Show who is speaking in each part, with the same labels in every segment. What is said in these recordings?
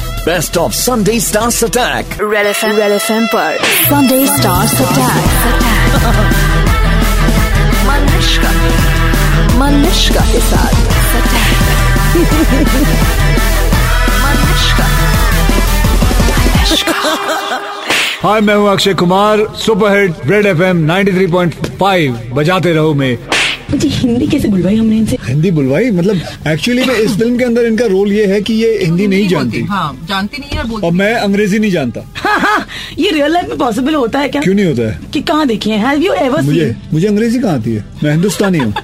Speaker 1: Best of Sunday stars attack
Speaker 2: Red F M Red F M पर Sunday stars attack Malishka Malishka के साथ Malishka
Speaker 3: hi मैं हूं Akshay Kumar superhit red FM 93.5 बजाते रहो मैं
Speaker 4: मुझे हिंदी कैसे बुलवाई हमने इनसे
Speaker 3: हिंदी बुलवाई मतलब एक्चुअली में इस फिल्म के अंदर इनका रोल ये है कि ये हिंदी नहीं
Speaker 5: बोलती,
Speaker 3: जानती
Speaker 5: हाँ जानती नहीं है और बोलती
Speaker 3: और मैं अंग्रेजी नहीं जानता
Speaker 4: हाँ, हाँ, ये रियल लाइफ में पॉसिबल होता है क्या
Speaker 3: क्यों नहीं होता है
Speaker 4: कि कहाँ देखी है हैव यू एवर
Speaker 3: मुझे
Speaker 4: सीन
Speaker 3: मुझे अंग्रेजी कहाँ आती है मैं हिंदुस्तानी हूँ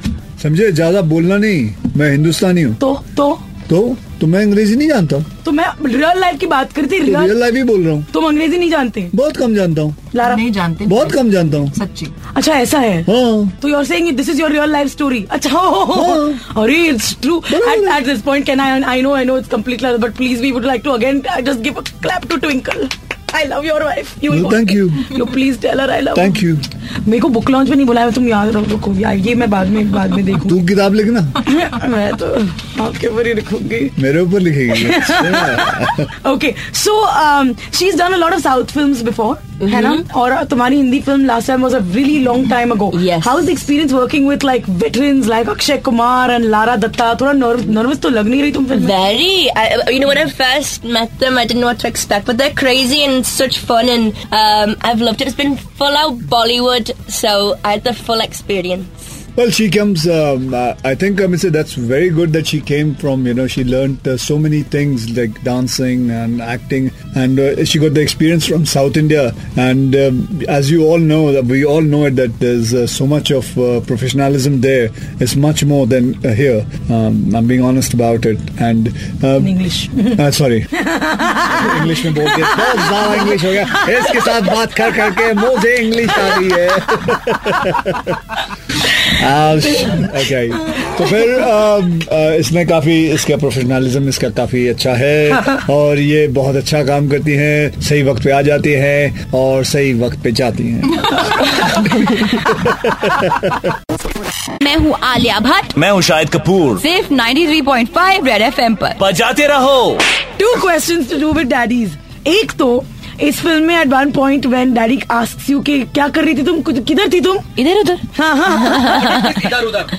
Speaker 3: समझे ज्यादा बोलना नहीं मैं हिंदुस्तानी हूँ
Speaker 4: तो तो
Speaker 3: तो तो मैं अंग्रेजी नहीं जानता
Speaker 4: तो मैं रियल लाइफ की बात करती
Speaker 3: रियल
Speaker 4: रियल
Speaker 3: लाइफ ही बोल रहा हूँ
Speaker 4: तुम अंग्रेजी नहीं जानते
Speaker 3: बहुत कम जानता हूँ
Speaker 4: लारा
Speaker 5: नहीं जानते
Speaker 3: बहुत कम जानता हूँ
Speaker 5: सच्ची
Speaker 4: अच्छा ऐसा है
Speaker 3: हाँ
Speaker 4: तो you're saying this is your real life story अच्छा हो, हो, हो,
Speaker 3: हाँ।
Speaker 4: हो। अरे it's true at at this point can I I know I know it's completely but please we would like to again just give a clap to twinkle I love your wife you
Speaker 3: Well, thank you.
Speaker 4: You please tell her I love
Speaker 3: thank you
Speaker 4: मेरे को book launch में नहीं बुलाया तुम याद रखो यार ये मैं बाद में बाद में देखूंगी
Speaker 3: तू किताब लिखना
Speaker 4: मैं तो आपके ऊपर ही रखूंगी
Speaker 3: मेरे ऊपर लिखेगी
Speaker 4: okay so she is done a lot of south films before है ना और तुम्हारी Hindi film last time was a really long time ago
Speaker 5: Yes.
Speaker 4: How is experience working with like veterans like Akshay Kumar and Lara Dutta थोड़ा नर्वस तो लग नहीं रही तुम फिल्म में?
Speaker 6: Very. I, you know, when I first met them, I didn't know what to expect, but they're crazy and such fun, and um, I've loved it. It's been full out Bollywood, so I had the full experience.
Speaker 3: Well, she comes. Um, uh, I think I mean, so that's very good that she came from. You know, she learned uh, so many things like dancing and acting, and uh, she got the experience from South India. And um, as you all know, that we all know it that there's uh, so much of uh, professionalism there. It's much more than uh, here. Um, I'm being honest about it. And um,
Speaker 4: In English.
Speaker 3: uh, sorry. English में बोल के बहुत ज्यादा English हो गया इसके साथ बात कर करके मुझे इंग्लिश आ रही है okay. तो फिर अम, अ, इसमें काफी इसका प्रोफेशनलिज्म इसका काफी अच्छा है और ये बहुत अच्छा काम करती हैं सही वक्त पे आ जाती हैं और सही वक्त पे जाती हैं
Speaker 7: मैं हूँ आलिया भट्ट
Speaker 1: मैं हूँ शाहिद कपूर
Speaker 7: सिर्फ 93.5 रेड एफएम पर
Speaker 1: बजाते रहो
Speaker 4: two questions to do with daddies. एक तो इस फिल्म में at one point when daddy asks you कि क्या कर रही थी तुम कुछ किधर थी तुम
Speaker 7: इधर उधर
Speaker 4: हाँ हाँ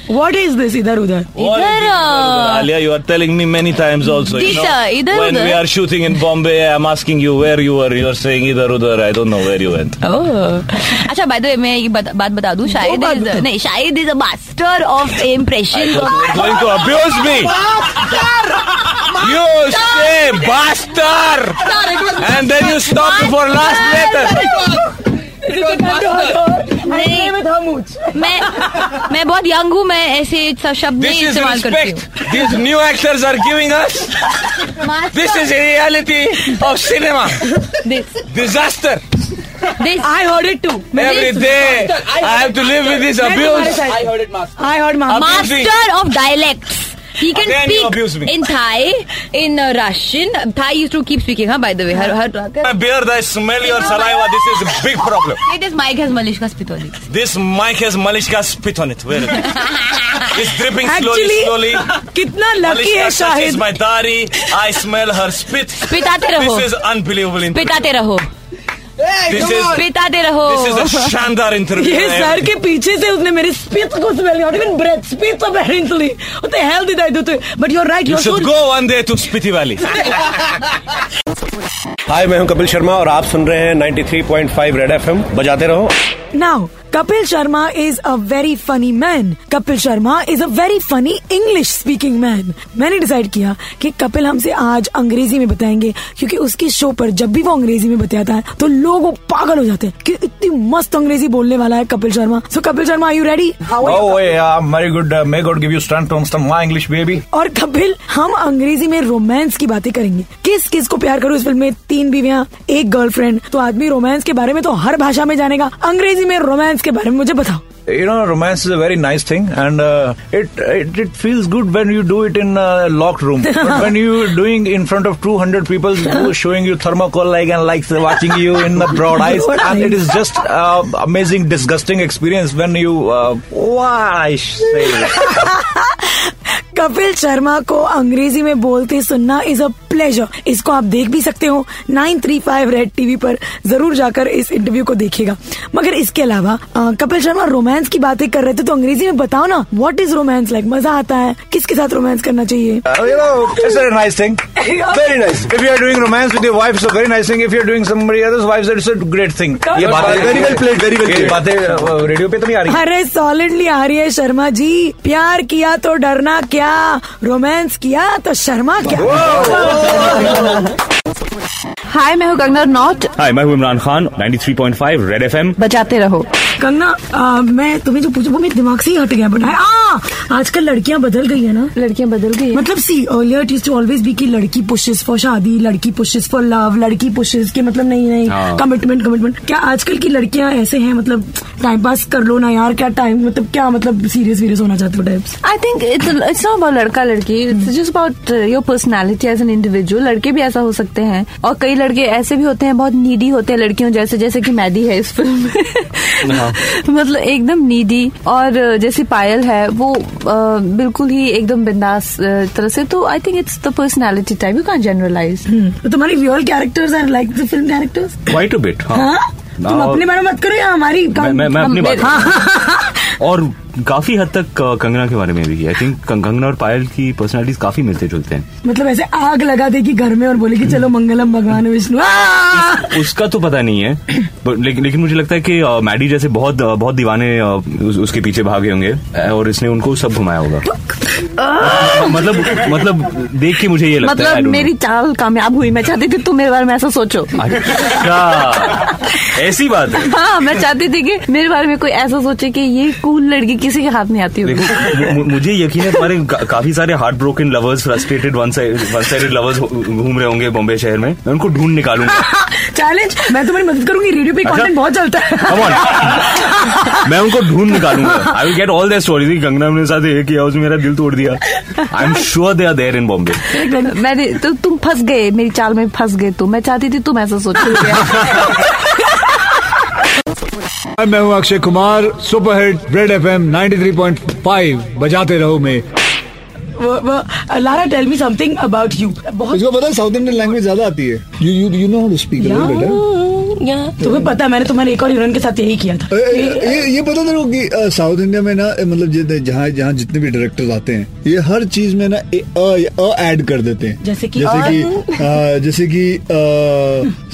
Speaker 4: व्हाट इज दिस इधर उधर
Speaker 7: Idhar, uh,
Speaker 1: Alia, you are telling me many times also. You know,
Speaker 7: Disa, idhar
Speaker 1: when
Speaker 7: udhar.
Speaker 1: we are shooting in Bombay, I'm asking you where you were. You're saying either udhar. I don't know where you went.
Speaker 7: Oh. Oh। अच्छा by the way मैं ये बता- बात बता दूं शायद
Speaker 4: बात
Speaker 7: is-
Speaker 4: बताओ।
Speaker 7: नहीं शायद is a master of
Speaker 1: I
Speaker 7: impression
Speaker 1: thought you were going to abuse me. You say bastard, and then you stop for last letter.
Speaker 4: में था मुझ
Speaker 7: मैं मैं बहुत यंग हूँ मैं ऐसे सब शब्द
Speaker 1: This
Speaker 7: नहीं
Speaker 1: is
Speaker 7: इस्तेमाल करती
Speaker 1: respect. These new actors are giving us.
Speaker 7: हूँ
Speaker 1: This is a reality of cinema.
Speaker 7: This
Speaker 1: Disaster.
Speaker 7: This
Speaker 4: I heard it too
Speaker 1: Every day I have to live with this abuse.
Speaker 4: I heard मामा
Speaker 1: abusing.
Speaker 7: master of dialects. He can
Speaker 1: Again, you abuse
Speaker 7: speak
Speaker 1: me.
Speaker 7: in Thai, in uh, Russian. Thai used to keep speaking, huh? By the way, her her.
Speaker 1: My beard, I smell your saliva. This is a big problem.
Speaker 7: Latest mic has Malishka Spitoli.
Speaker 1: This mic has Malishka spit on it. Where is it? It's dripping slowly, slowly.
Speaker 4: Actually कितना lucky है
Speaker 1: Malishka touches
Speaker 4: Shahid
Speaker 1: my dadi. I smell her spit.
Speaker 7: पिताते रहो
Speaker 1: This is unbelievable. Interview.
Speaker 7: पिताते रहो
Speaker 1: This is
Speaker 7: पिताते रहो
Speaker 1: this is a शानदार interview.
Speaker 4: ये
Speaker 1: I am
Speaker 4: sir के पीछे से उसने मेरे स्पीच को smell not even breath speech
Speaker 2: तो
Speaker 4: apparently what the hell did I do to but you are right you
Speaker 1: You
Speaker 4: are
Speaker 1: should go one day to Spiti Valley.
Speaker 8: Hi मैं हूं कपिल शर्मा और आप सुन रहे हैं 93.5 रेड एफएम बजाते रहो
Speaker 2: Now, Kapil Sharma is a very funny man. Kapil Sharma is a very funny English speaking man. मैंने decide किया कि कपिल हमसे आज अंग्रेजी में बताएंगे क्योंकि उसके शो पर जब भी वो अंग्रेजी में बताता है तो लोग वो पागल हो जाते हैं कि इतनी मस्त अंग्रेजी बोलने वाला है Kapil Sharma so Kapil Sharma are you ready
Speaker 9: Oh, yeah, I'm very good. Uh, may God give you strength to understand my English, baby.
Speaker 2: और कपिल हम अंग्रेजी में रोमांस की बातें करेंगे किस किस को प्यार करूं इस फिल्म में तीन बीवियां एक गर्लफ्रेंड तो आदमी रोमांस के बारे में तो हर भाषा में जानेगा अंग्रेजी में रोमांस के बारे में मुझे बताओ
Speaker 9: You know, romance is a very nice thing, and uh, it, it it feels good when you do it in a locked room. but when you doing in front of 200 people who showing you thermocol like and like watching you in the broad eyes, and it is just uh, amazing, disgusting experience when you. Uh, why I say?
Speaker 4: Kapil Sharma को अंग्रेजी में बोलते सुनना is a pleasure इसको आप देख भी सकते हो 935 रेड टीवी पर जरूर जाकर इस इंटरव्यू को देखिएगा मगर इसके अलावा अ, कपिल शर्मा रोमांस की बातें कर रहे थे तो अंग्रेजी में बताओ ना व्हाट इज रोमांस लाइक मजा आता है किसके साथ रोमांस करना चाहिए
Speaker 9: Uh, you know, it's a nice thing. Very nice. If you are doing romance with your wife, it's a very nice thing. If you are doing somebody else's wife, it's a great thing. ये बातें
Speaker 8: Very well played, very well
Speaker 9: ये
Speaker 8: played.
Speaker 9: बातें uh, radio पे तो नहीं आ रही
Speaker 4: अरे solidly आ रही है शर्मा जी प्यार किया तो डरना क्या रोमांस किया तो शर्मा क्या
Speaker 2: हाय मैं हूँ कंगना नॉट
Speaker 10: हाय मैं हूं इमरान खान 93.5 रेड एफएम
Speaker 2: बजाते रहो
Speaker 4: कंगना आ, मैं तुम्हें जो पूछा वो मेरे दिमाग से ही हट गया बट आ, आजकल लड़कियां बदल गई है ना
Speaker 2: लड़कियाँ बदल गई
Speaker 4: मतलब see earlier it to always be कि लड़की पुशेस फॉर शादी लड़की पुशेस फॉर लव लड़की पुशेस के मतलब नहीं
Speaker 10: हाँ।
Speaker 4: नहीं कमिटमेंट कमिटमेंट क्या आजकल की लड़कियां ऐसे हैं मतलब टाइम पास कर लो ना यार क्या टाइम मतलब क्या मतलब सीरियस वीरियस होना चाहते हो types
Speaker 2: I think it's it's not about लड़का लड़की it's just about your personality as an individual लड़के भी ऐसा हो सकते हैं और कई लड़के ऐसे भी होते हैं बहुत नीडी होते हैं लड़कियों जैसे जैसे कि मैदी है इस फिल्म
Speaker 10: हाँ।
Speaker 2: में मतलब एकदम नीडी और जैसे पायल है वो अ, बिल्कुल ही एकदम बिंदास अ, तरह से तो I think it's the personality type you can generalise
Speaker 4: तो तुम्हारी real characters are like the film characters
Speaker 10: quite a bit
Speaker 4: हाँ तुम अपने बारे में मत करो या हमारी हाँ।
Speaker 10: मैं मैं- मैं अपनी
Speaker 2: हम-
Speaker 10: बात और काफी हद तक अ, कंगना के बारे में भी आई थिंक कंगना और पायल की पर्सनालिटीज काफी मिलते जुलते हैं
Speaker 4: मतलब ऐसे आग लगा देगी घर में और बोले कि चलो मंगलम भगवान विष्णु हाँ। आ!
Speaker 10: उसका तो पता नहीं है but लेकिन लेकिन मुझे लगता है कि अ, मैडी जैसे बहुत अ, बहुत दीवाने अ, उस- उसके पीछे भागे होंगे अ, और इसने उनको सब घुमाया होगा
Speaker 4: तो
Speaker 10: मतलब मतलब देख के मुझे ये लगता है I
Speaker 2: मतलब
Speaker 10: don't know.
Speaker 2: मेरी चाल कामयाब हुई मैं चाहती थी तुम मेरे बारे में ऐसा सोचो
Speaker 10: अच्छा ऐसी बात है
Speaker 2: हाँ मैं चाहती थी कि मेरे बारे में कोई ऐसा सोचे कि ये कूल लड़की किसी के हाथ नहीं आती होगी
Speaker 10: देखो मु- मुझे यकीन है तुम्हारे का- काफी सारे heart broken lovers frustrated one sided lovers घूम रहे होंगे बॉम्बे शहर में मैं उनको ढूंढ निकालूंगा
Speaker 4: चैलेंज मैं तुम्हारी मदद करूंगी रेडियो पे
Speaker 10: अच्छा?
Speaker 4: कंटेंट बहुत चलता है
Speaker 10: Come on. मैं उनको ढूंढ निकालूंगा I will get all that stories Kangana ने साथ ये किया उसने मेरा दिल तोड़ दिया I am sure they are there in Bombay
Speaker 2: मैंने तो तुम फंस गए मेरी चाल में फंस गए तुम मैं चाहती थी तुम ऐसा सोचो
Speaker 3: हाय, मैं हूँ Akshay Kumar superhit red F M 93.5 बजाते रहो में इसको
Speaker 1: Lara tell me something about you बहुत
Speaker 3: पता है साउथ इंडियन लैंग्वेज ज्यादा आती है you you you know how to speak
Speaker 6: Yeah.
Speaker 1: तुम्हें पता है मैंने तुम्हारे एक और हीरोइन के साथ यही किया था
Speaker 3: ए- ए- ये ये पता तेरे को कि अ, साउथ इंडिया में ना अ, मतलब जित- जहाँ जहाँ जितने भी डायरेक्टर्स आते हैं ये हर चीज में ना ए- अ अ ऐड कर देते हैं
Speaker 1: जैसे कि
Speaker 3: जैसे कि अ, जैसे कि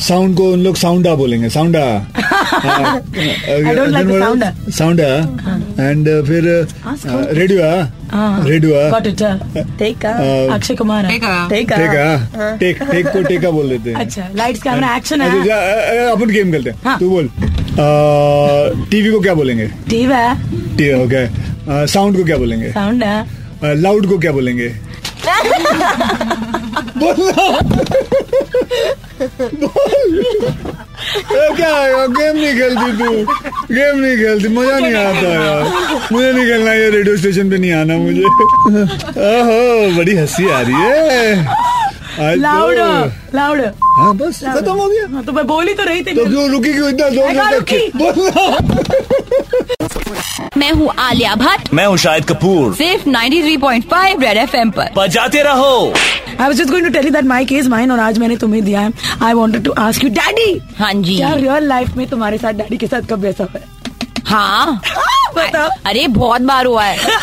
Speaker 3: साउंड को उन लोग साउंडा बोलेंगे हाँ, साउंडा
Speaker 1: I don't like the हाँ। sounda.
Speaker 3: साउंडा एंड फिर रेडियो
Speaker 1: हाँ।
Speaker 3: Radio
Speaker 1: got it take Akshay Kumar take
Speaker 3: टेका टेक टेक को टेका बोल देते हैं
Speaker 1: हाँ। अच्छा लाइट्स कैमरा एक्शन
Speaker 3: अच्छा,
Speaker 1: है
Speaker 3: जा, अ, अ, अपन गेम खेलते हैं
Speaker 1: हाँ।
Speaker 3: तू बोल टीवी को क्या बोलेंगे
Speaker 1: टीव है
Speaker 3: ठीक है, ओके साउंड को क्या बोलेंगे
Speaker 1: साउंड है
Speaker 3: लाउड को क्या बोलेंगे बोल ना। बोल। ए, क्या है? गेम नहीं खेलती तू गेम नहीं खेलती मजा नहीं आता यार मुझे नहीं खेलना ये रेडियो स्टेशन पे नहीं आना मुझे ओहो बड़ी हंसी आ रही है आज तो-
Speaker 1: लाउड लाउड
Speaker 3: हाँ बस खत्म हो गया
Speaker 1: तो मैं बोली तो रही थी
Speaker 3: तो क्यों रुकी क्यों इतना दो
Speaker 1: मैं कहाँ रुकी?
Speaker 7: मैं हूँ आलिया भट्ट
Speaker 9: मैं हूँ शाहिद कपूर
Speaker 7: सिर्फ 93.5 रेड एफएम पर
Speaker 9: बजाते रहो
Speaker 1: I was just going to tell you that my case mine और आज मैंने तुम्हें दिया है I wanted to ask you daddy
Speaker 7: हाँ जी
Speaker 1: क्या रियल लाइफ में तुम्हारे साथ डैडी के साथ कब ऐसा हुआ है?
Speaker 7: हाँ
Speaker 1: बताओ।
Speaker 7: अरे बहुत बार हुआ है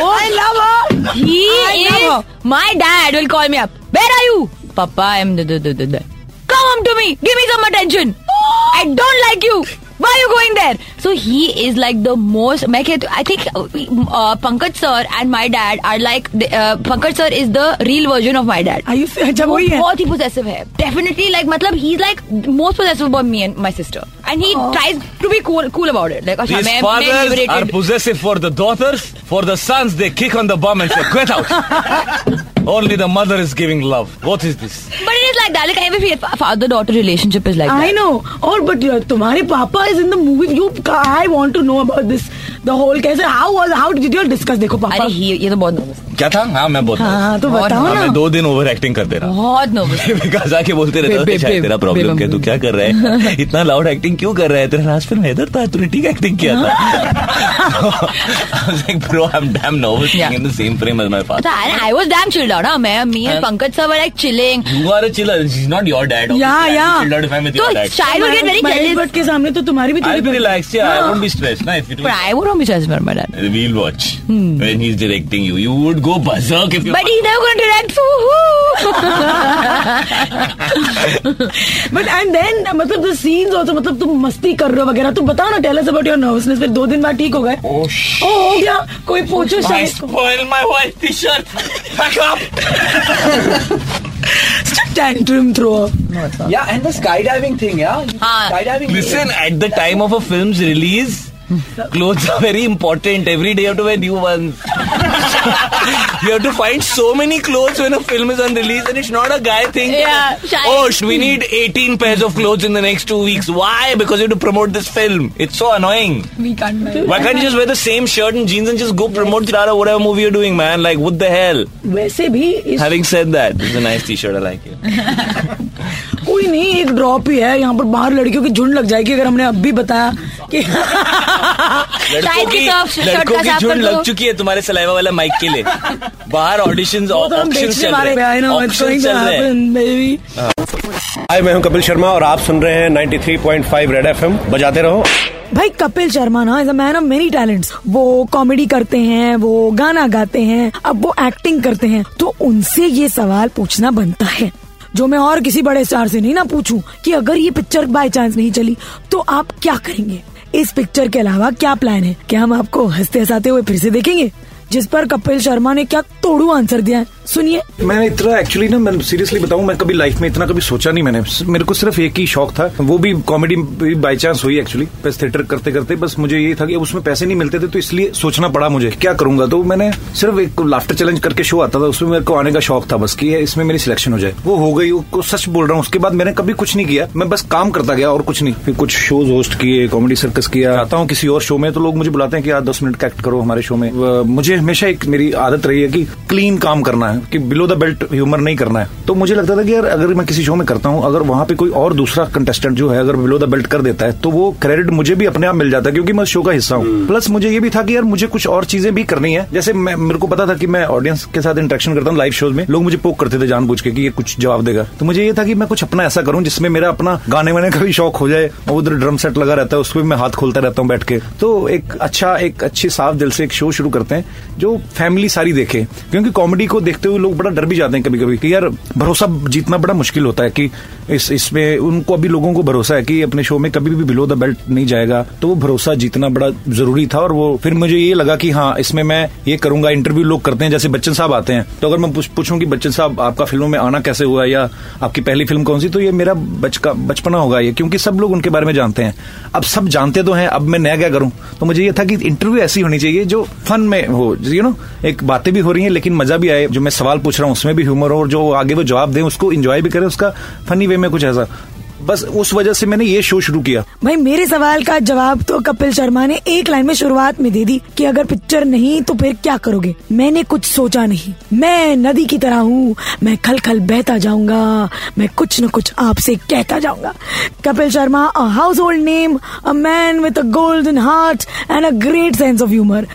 Speaker 7: Oh,
Speaker 1: I love her.
Speaker 7: My dad will call me up where are you papa I am come home to me give me some attention i don't like you why are you going there so he is like the most मैं कहती हूँ, i think uh, pankaj sir and my dad are like the, uh, pankaj sir is the real version of my dad
Speaker 1: Are you जब
Speaker 7: वो
Speaker 1: वही है
Speaker 7: बहुत ही possessive है डेफिनेटली लाइक मतलब ही like most possessive about me and my sister and
Speaker 2: Oh.
Speaker 7: He tries to be cool cool about it like अच्छा
Speaker 9: These
Speaker 7: मैं मैं
Speaker 9: fathers are
Speaker 7: liberated
Speaker 9: possessive for the daughters. For the sons, they kick on the bum and say, "Get out." Only the mother is giving love. What is this?
Speaker 7: but it is like that like every father daughter relationship is like
Speaker 1: I know और but तुम्हारे पापा is in the movie you I want to know about this the whole कैसे how was how did you discuss देखो
Speaker 7: that
Speaker 1: पापा
Speaker 7: अरे ही ये तो बहुत
Speaker 9: क्या था हाँ मैं बहुत
Speaker 4: हाँ,
Speaker 9: nervous
Speaker 4: तो
Speaker 9: था।
Speaker 4: बताओ
Speaker 9: हाँ,
Speaker 4: ना।
Speaker 9: मैं दो दिन ओवर एक्टिंग करते रहा
Speaker 7: बहुत नर्वस
Speaker 9: विकास आके बोलते रहता
Speaker 7: बे-
Speaker 9: था शायद
Speaker 7: बे-
Speaker 9: तेरा
Speaker 7: बे-
Speaker 9: प्रॉब्लम क्या
Speaker 7: बे-
Speaker 9: तू क्या कर रहा है इतना लाउड एक्टिंग क्यों कर रहा है तेरा लास्ट फिल्म हैदर था तूने ठीक एक्टिंग किया था I was like, bro, I'm damn nervous being
Speaker 7: Yeah.
Speaker 9: in the same frame as my father.
Speaker 7: I was damn chilled out हाँ, मैं me and
Speaker 9: And-
Speaker 7: Pankaj sir were like chilling
Speaker 9: You are a chiller. She's not your dad.
Speaker 4: Yeah,
Speaker 9: obviously.
Speaker 4: yeah.
Speaker 9: I'm chilled out if I'm with
Speaker 7: तो
Speaker 9: your dad.
Speaker 7: शायद will get very
Speaker 1: Mahesh
Speaker 7: jealous
Speaker 1: Bhatt के सामने तो तुम्हारी भी
Speaker 9: I'll
Speaker 1: थोड़ी-
Speaker 9: be relaxed. Yeah, I won't be stressed. Na, if you do.
Speaker 7: But I would not be judged by my dad.
Speaker 9: We'll watch when he's directing you. You would go berserk if you.
Speaker 7: Hmm. But he's never going to direct. Woohoo!
Speaker 1: But and then मतलब the scenes also मतलब तुम मस्ती कर रहे हो वगैरह तुम बताओ ना tell us about your nervousness फिर दो दिन बाद ठीक हो गए
Speaker 9: oh shit!
Speaker 1: ओ हो गया कोई पूछो
Speaker 9: I
Speaker 1: शायद को
Speaker 9: spoiled my white T-shirt. Back up.
Speaker 4: tantrum thrower.
Speaker 11: Yeah, and the skydiving thing, yeah? You-
Speaker 7: Ah.
Speaker 11: skydiving.
Speaker 9: Listen, at the time of a film's release, clothes are very important. Every day you have to wear new ones. you have to find so many clothes when a film is on release, and it's not a guy thing.
Speaker 7: Yeah, shy.
Speaker 9: Oh, sh- we need 18 pairs of clothes in the next two weeks. Why? Because you have to promote this film. It's so annoying.
Speaker 7: we can't.
Speaker 9: Why can't you just wear the same shirt and jeans and just go promote Tirara, whatever movie you're doing, man? Like, what the hell?
Speaker 1: वैसे भी इस
Speaker 9: Having said that, this is a nice t-shirt. I like it.
Speaker 1: कोई नहीं एक drop ही है यहाँ पर बाहर लड़कियों की झुंड लग जाएगी अगर हमने अब भी बताया कि
Speaker 7: शायद की तरफ से शर्ट
Speaker 9: लड़कों
Speaker 7: का
Speaker 9: की
Speaker 7: साफ
Speaker 9: झुंड
Speaker 7: कर
Speaker 9: लग
Speaker 7: दो
Speaker 9: चुकी है तुम्हारे सलाइवा वाला माइक के लिए बाहर ऑडिशंस
Speaker 1: वो तो हम
Speaker 9: ऑप्शन
Speaker 1: देखने
Speaker 9: चल
Speaker 1: वाले
Speaker 9: रहे
Speaker 1: आई
Speaker 9: हैं
Speaker 1: know it's
Speaker 9: Auctions
Speaker 1: going to
Speaker 9: चल रहे हैं
Speaker 1: हैपन बेबी
Speaker 8: हाय मैं हूं कपिल शर्मा और आप सुन रहे हैं 93.5 रेड एफएम बजाते रहो
Speaker 4: भाई कपिल शर्मा ना is a man of many talents वो कॉमेडी करते हैं वो गाना गाते हैं अब वो एक्टिंग करते हैं तो उनसे ये सवाल पूछना बनता है जो मैं और किसी बड़े स्टार से नहीं ना पूछूं कि अगर ये पिक्चर बाय चांस नहीं चली तो आप क्या करेंगे इस पिक्चर के अलावा क्या प्लान है क्या हम आपको हंसते हंसाते हुए फिर से देखेंगे जिस पर कपिल शर्मा ने क्या तोड़ू आंसर दिया है सुनिए
Speaker 9: मैंने इतना एक्चुअली ना मैं सीरियसली बताऊं मैं कभी लाइफ में इतना कभी सोचा नहीं मैंने मेरे को सिर्फ एक ही शौक था वो भी कॉमेडी बाय चांस हुई एक्चुअली बस थिएटर करते करते बस मुझे ये था कि उसमें पैसे नहीं मिलते थे तो इसलिए सोचना पड़ा मुझे कि क्या करूंगा तो मैंने सिर्फ एक लाफ्टर चैलेंज करके शो आता था उसमें मेरे को आने का शौक था बस कि ये- इसमें मेरी सिलेक्शन हो जाए वो हो गई उसको सच बोल रहा हूँ उसके बाद मैंने कभी कुछ नहीं किया मैं बस काम करता गया और कुछ नहीं फिर कुछ शोज होस्ट किए कॉमेडी सर्कस किया आता हूँ किसी और शो में तो लोग मुझे बुलाते हैं कि यार दस मिनट का एक्ट करो हमारे शो में अ, मुझे हमेशा एक मेरी आदत रही है कि क्लीन काम करना है कि बिलो द बेल्ट ह्यूमर नहीं करना है तो मुझे लगता था कि यार अगर मैं किसी शो में करता हूँ अगर वहां पे कोई और दूसरा कंटेस्टेंट जो है अगर बिलो द बेल्ट कर देता है तो वो क्रेडिट मुझे भी अपने आप मिल जाता है क्योंकि मैं उस शो का हिस्सा हूँ प्लस मुझे ये भी था कि यार मुझे कुछ और चीजें भी करनी है जैसे मैं मेरे को पता था कि मैं ऑडियंस के साथ इंटरेक्शन करता हूँ लाइव शोज में लोग मुझे पोक करते थे जानबूझ के कि ये कुछ जवाब देगा तो मुझे ये था कि मैं कुछ अपना ऐसा करूं जिसमें मेरा अपना गाने वाने का भी शौक हो जाए और उधर ड्रम सेट लगा रहता है उस पर मैं हाथ खोलता रहता हूँ बैठ के तो एक अच्छा एक अच्छी साफ दिल से एक शो शुरू करते हैं जो फैमिली सारी देखे क्योंकि कॉमेडी को देखते हुए लोग बड़ा डर भी जाते हैं कभी कभी कि यार भरोसा जीतना बड़ा मुश्किल होता है कि इस इसमें उनको अभी लोगों को भरोसा है कि अपने शो में कभी भी बिलो द बेल्ट नहीं जाएगा तो वो भरोसा जीतना बड़ा जरूरी था और वो फिर मुझे ये लगा कि हाँ इसमें मैं ये करूंगा इंटरव्यू लोग करते हैं जैसे बच्चन साहब आते हैं तो अगर मैं पूछ- पूछूं कि बच्चन साहब आपका फिल्मों में आना कैसे हुआ या आपकी पहली फिल्म कौन सी तो ये मेरा बचका बचपना होगा ये क्योंकि सब लोग उनके बारे में जानते हैं अब सब जानते तो हैं अब मैं नया क्या करूं तो मुझे ये था कि इंटरव्यू ऐसी होनी चाहिए जो फन में हो यू नो एक बातें भी हो रही हैं लेकिन मजा भी आए जो मैं सवाल पूछ रहा हूँ उसमें भी ह्यूमर हो और जो आगे वो जवाब दें उसको इंजॉय भी करें उसका फनी वे में कुछ ऐसा बस उस वजह से मैंने ये शो शुरू किया
Speaker 4: भाई मेरे सवाल का जवाब तो कपिल शर्मा ने एक लाइन में शुरुआत में दे दी कि अगर पिक्चर नहीं तो फिर क्या करोगे मैंने कुछ सोचा नहीं मैं नदी की तरह हूँ मैं खल खल बहता जाऊंगा मैं कुछ न कुछ आपसे कहता जाऊंगा Kapil Sharma a household name a man with a golden heart and a great sense of humour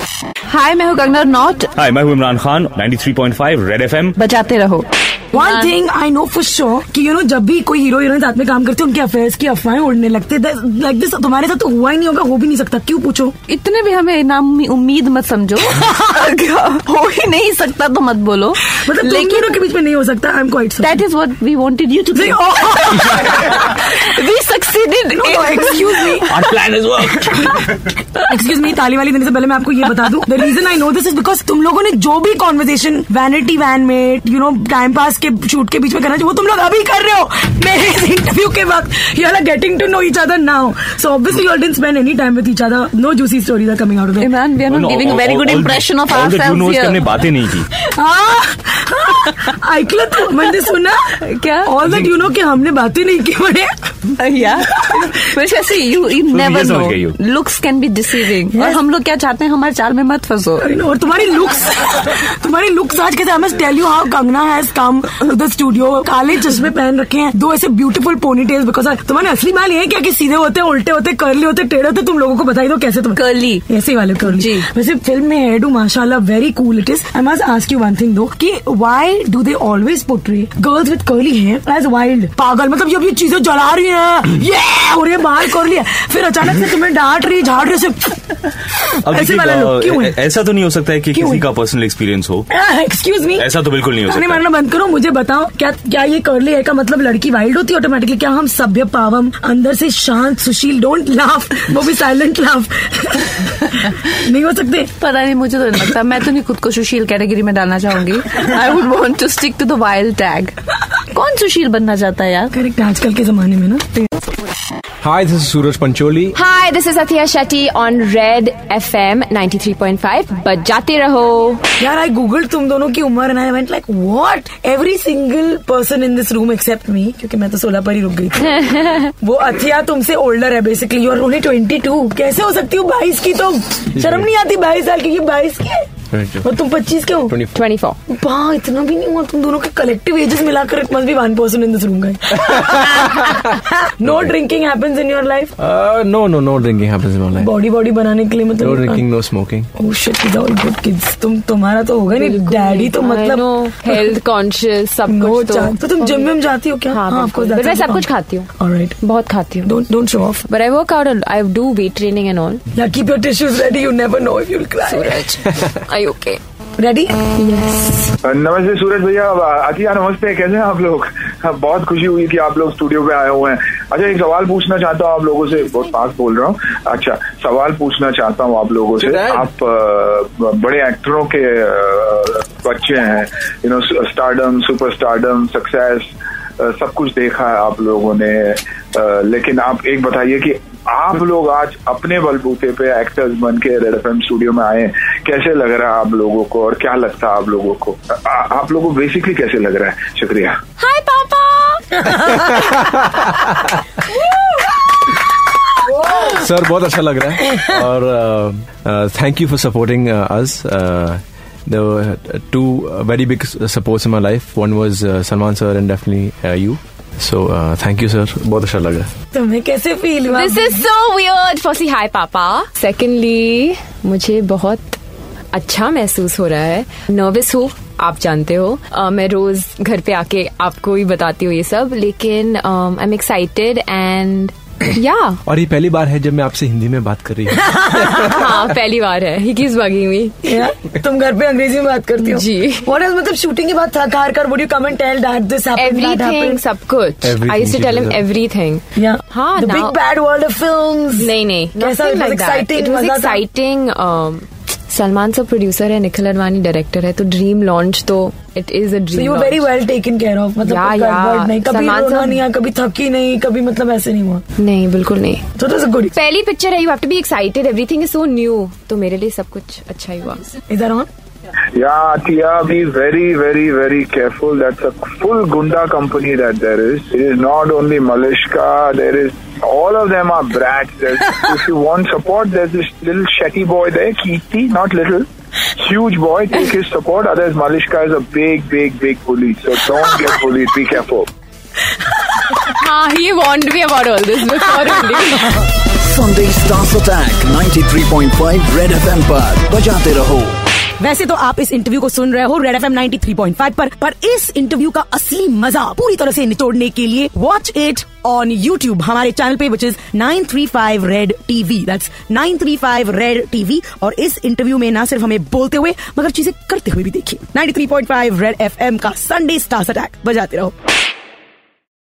Speaker 2: hi मैं हूँ कंगना नॉट
Speaker 10: Hi, मैं हूँ इमरान खान 93.5 रेड एफएम
Speaker 2: बचाते
Speaker 7: हाँ।
Speaker 2: रहो
Speaker 4: one thing I know for sure कि यू नो जब भी कोई हीरो हीरोइन साथ में काम करते हैं उनके अफेयर्स की अफवाहें उड़ने लगती है लाइक दिस तुम्हारे साथ तो हुआ ही नहीं होगा हो भी नहीं सकता क्यों पूछो
Speaker 2: इतने भी हमें नाम उम्मीद मत समझो हो ही नहीं सकता तो मत बोलो
Speaker 4: मतलब तुम दोनों के बीच में नहीं हो सकता I am quite
Speaker 2: That is what we wanted you to think. we succeeded.
Speaker 4: No, no, excuse me.
Speaker 9: Our plan is worked.
Speaker 4: Excuse me ताली वाली देने से पहले मैं आपको ये बता दूं the reason I know this is because तुम लोगों ने जो भी कॉन्वर्जेशन वैनिटी वैन में यू नो टाइम पास के शूट के बीच में करना चाहिए वो तुम लोग अभी कर रहे हो मेरे इंटरव्यू के वक्त you are getting to know each other now so obviously you didn't spend any time with each other no juicy stories are coming out of it
Speaker 2: Imran, we are
Speaker 9: Oh,
Speaker 2: not giving a very good impression of ourselves
Speaker 10: हमने
Speaker 2: here.
Speaker 10: बातें नहीं की
Speaker 4: Ah! ऐकलं तू म्हणजे सुना
Speaker 2: क्या?
Speaker 4: All that you know कि हमने बातें नहीं की म्हणे
Speaker 2: Uh, yeah. वैसे यू यू
Speaker 10: तुम
Speaker 2: नेवर
Speaker 10: ये समझ गई
Speaker 2: नो
Speaker 10: हो।
Speaker 2: लुक्स कैन बी डिसीविंग और हम लोग क्या चाहते हैं हमारे चाल में मत फंसो
Speaker 4: और तुम्हारी लुक्स तुम्हारी लुक्स आज कैसे I must tell you how Kangana has come to the studio काले चश्मे पहन रखे हैं दो ऐसे ब्यूटीफुल पोनी टेल्स बिकॉज तुम्हारे असली माल ये है क्या कि सीधे होते उल्टे होते करली होते टेढ़े होते तुम लोगों को बताई दो कैसे तुम
Speaker 2: कर्ली
Speaker 4: ऐसे ही वाले कर्ली
Speaker 2: जी।
Speaker 4: वैसे फिल्म में हेयर डू माशाल्लाह very cool it is I must ask you one thing though कि why do they always portray girls with curly hair as wild पागल मतलब जब ये चीजें जला रही हैं ये हो रही है बाल कर लिया फिर अचानक से तुम्हें डांट रही झाड़ रही से
Speaker 10: अब
Speaker 4: ऐसे
Speaker 10: देखिए
Speaker 4: वाला
Speaker 10: अ,
Speaker 4: लोग क्यों है
Speaker 10: ऐ- ऐसा तो नहीं हो सकता है कि
Speaker 4: क्यों?
Speaker 10: किसी का पर्सनल एक्सपीरियंस हो
Speaker 4: एक्सक्यूज मी
Speaker 10: ऐसा तो बिल्कुल नहीं हो सकता।
Speaker 4: मारना बंद करो मुझे बताओ क्या क्या ये कर्ली है का मतलब लड़की वाइल्ड होती है ऑटोमेटिकली क्या हम सभ्य पावम अंदर से शांत सुशील डोंट लाफ वो भी साइलेंट लाफ नहीं हो सकते
Speaker 2: पता नहीं मुझे तो नहीं लगता मैं तो नहीं खुद को सुशील कैटेगरी में डालना चाहूंगी I would want to stick to the wild tag कौन सुशील बनना चाहता है यार
Speaker 4: करेक्ट आजकल के जमाने में ना
Speaker 12: Hi, this is Suraj Pancholi.
Speaker 13: Hi, this is Athiya Shetty on Red FM 93.5. बजाते रहो
Speaker 4: यार आई गूगल तुम दोनों की उम्र and I went like what every single person in this room except me क्योंकि मैं तो सोलह पर ही रुक गई थी वो अथिया तुमसे ओल्डर है बेसिकली और उन्हें ट्वेंटी टू कैसे हो सकती हो बाईस की तो शर्म नहीं आती बाईस साल की ये बाईस की है और तुम पच्चीस के हो
Speaker 13: 24.
Speaker 4: वाह इतना भी नहीं हुआ तुम दोनों के कलेक्टिव एजेस मिलाकर it must be one person in this room no drinking happens in your life
Speaker 12: Uh, no, no, no drinking happens in my life.
Speaker 4: Body body बनाने के लिए
Speaker 12: No
Speaker 4: मतलब
Speaker 12: drinking, no smoking.
Speaker 4: Oh shit, these are all good kids. तुम तुम्हारा तो होगा नहीं daddy तो मतलब
Speaker 13: हेल्थ कॉन्शियस सब
Speaker 4: नो
Speaker 13: कुछ तो
Speaker 4: चांस तो तुम जिम में जाती हो क्या
Speaker 13: हाँ,
Speaker 4: आपको तो
Speaker 13: बिल्कुल। But मैं सब कुछ खाती हूँ
Speaker 4: ऑलराइट
Speaker 13: बहुत खाती हूँ
Speaker 4: don't don't show off
Speaker 13: But I work out. a- I do weight training and all.
Speaker 4: या keep your tissues ready you never know if you will cry
Speaker 13: Are you okay?
Speaker 4: Ready
Speaker 14: नमस्ते सूरज भैया अतिया नमस्ते कैसे हैं आप लोग बहुत खुशी हुई कि आप लोग स्टूडियो पे आए हुए हैं अच्छा एक सवाल पूछना चाहता हूँ आप लोगों से बहुत पास बोल रहा हूँ अच्छा सवाल पूछना चाहता हूँ आप लोगों से आप अ, बड़े एक्टरों के अ, बच्चे हैं you know stardom super stardom success सब कुछ देखा है आप लोगों ने अ, लेकिन आप एक बताइए कि आप लोग आज अपने बलबूते पे एक्टर्स बन के रेड एफ स्टूडियो में आए हैं। कैसे लग रहा है आप लोगों को और क्या लगता है आप लोगों को आ, आप लोगों को बेसिकली कैसे लग रहा है शुक्रिया
Speaker 13: Hi, Papa.
Speaker 12: सर बहुत अच्छा लग रहा है uh, और thank you for supporting us uh, there uh, two very big supports in my life one was Salman sir and definitely you so thank you sir बहुत अच्छा लग रहा है
Speaker 4: तुम्हें कैसे फील हुआ
Speaker 13: This is so weird. Firstly, hi, Papa. Secondly, मुझे बहुत अच्छा महसूस हो रहा है नर्वस हूँ आप जानते हो अ, मैं रोज घर पे आके आपको ही बताती हूँ ये सब लेकिन आई एम एक्साइटेड एंड या
Speaker 12: और ये पहली बार है जब मैं आपसे हिंदी में बात कर रही हूँ
Speaker 13: हाँ पहली बार है ही कीज बगिंग मी
Speaker 4: Yeah? तुम घर पे अंग्रेजी में बात करती हो
Speaker 13: जी।
Speaker 4: व्हाट इज मतलब शूटिंग के बाद थक हार कर would you come and tell that this happened that
Speaker 13: everything
Speaker 4: happened
Speaker 13: सब कुछ I
Speaker 12: Everything,
Speaker 13: used to tell him
Speaker 12: she does.
Speaker 13: Everything
Speaker 4: yeah
Speaker 13: हाँ,
Speaker 4: the big
Speaker 13: now-
Speaker 4: bad world of films
Speaker 13: नहीं नहीं
Speaker 4: कैसा
Speaker 13: nothing
Speaker 4: it was
Speaker 13: like that.
Speaker 4: exciting,
Speaker 13: It was
Speaker 4: मजा था?
Speaker 13: exciting, um, Salman sir producer है Nikhil Advani director है तो ड्रीम लॉन्च तो it is a
Speaker 4: So you
Speaker 13: dream
Speaker 4: were very well taken care of मतलब
Speaker 13: Yeah,
Speaker 4: कोई
Speaker 13: yeah.
Speaker 4: गड़बड़ नहीं कभी
Speaker 13: सलमान
Speaker 4: रोना
Speaker 13: साहब-
Speaker 4: नहीं आया कभी थकी नहीं कभी मतलब ऐसे नहीं हुआ
Speaker 13: नहीं बिल्कुल नहीं
Speaker 4: तो इट वाज अ गुड
Speaker 13: पहली पिक्चर है you have to be excited everything is so new तो मेरे लिए सब कुछ अच्छा ही हुआ
Speaker 4: इज दैट ऑन
Speaker 14: या टिया be very very very careful that's a full goonda company that there is it is not only Malishka there is All of them are brats. There's, if you want support, there's this little shetty boy there, Keeti, not little, huge boy. Take his support. Otherwise, Malishka is a big, big, big bully. So don't get bullied. Be careful.
Speaker 13: हाँ he warned me about all this before only
Speaker 15: Sunday Stars Attack 93.5 Red FM पर बजाते रहो
Speaker 4: वैसे तो आप इस interview को सुन रहे हो रेड एफ एम पर पर इस इंटरव्यू का असली मजा पूरी तरह से निचोड़ने के लिए वॉच इट ऑन यूट्यूब हमारे चैनल पे which is 935 red TV that's 935 red TV और इस इंटरव्यू में ना सिर्फ हमें बोलते हुए मगर चीजें करते हुए भी देखिए 93.5 रेड एफएम का संडे स्टार्स अटैक बजाते रहो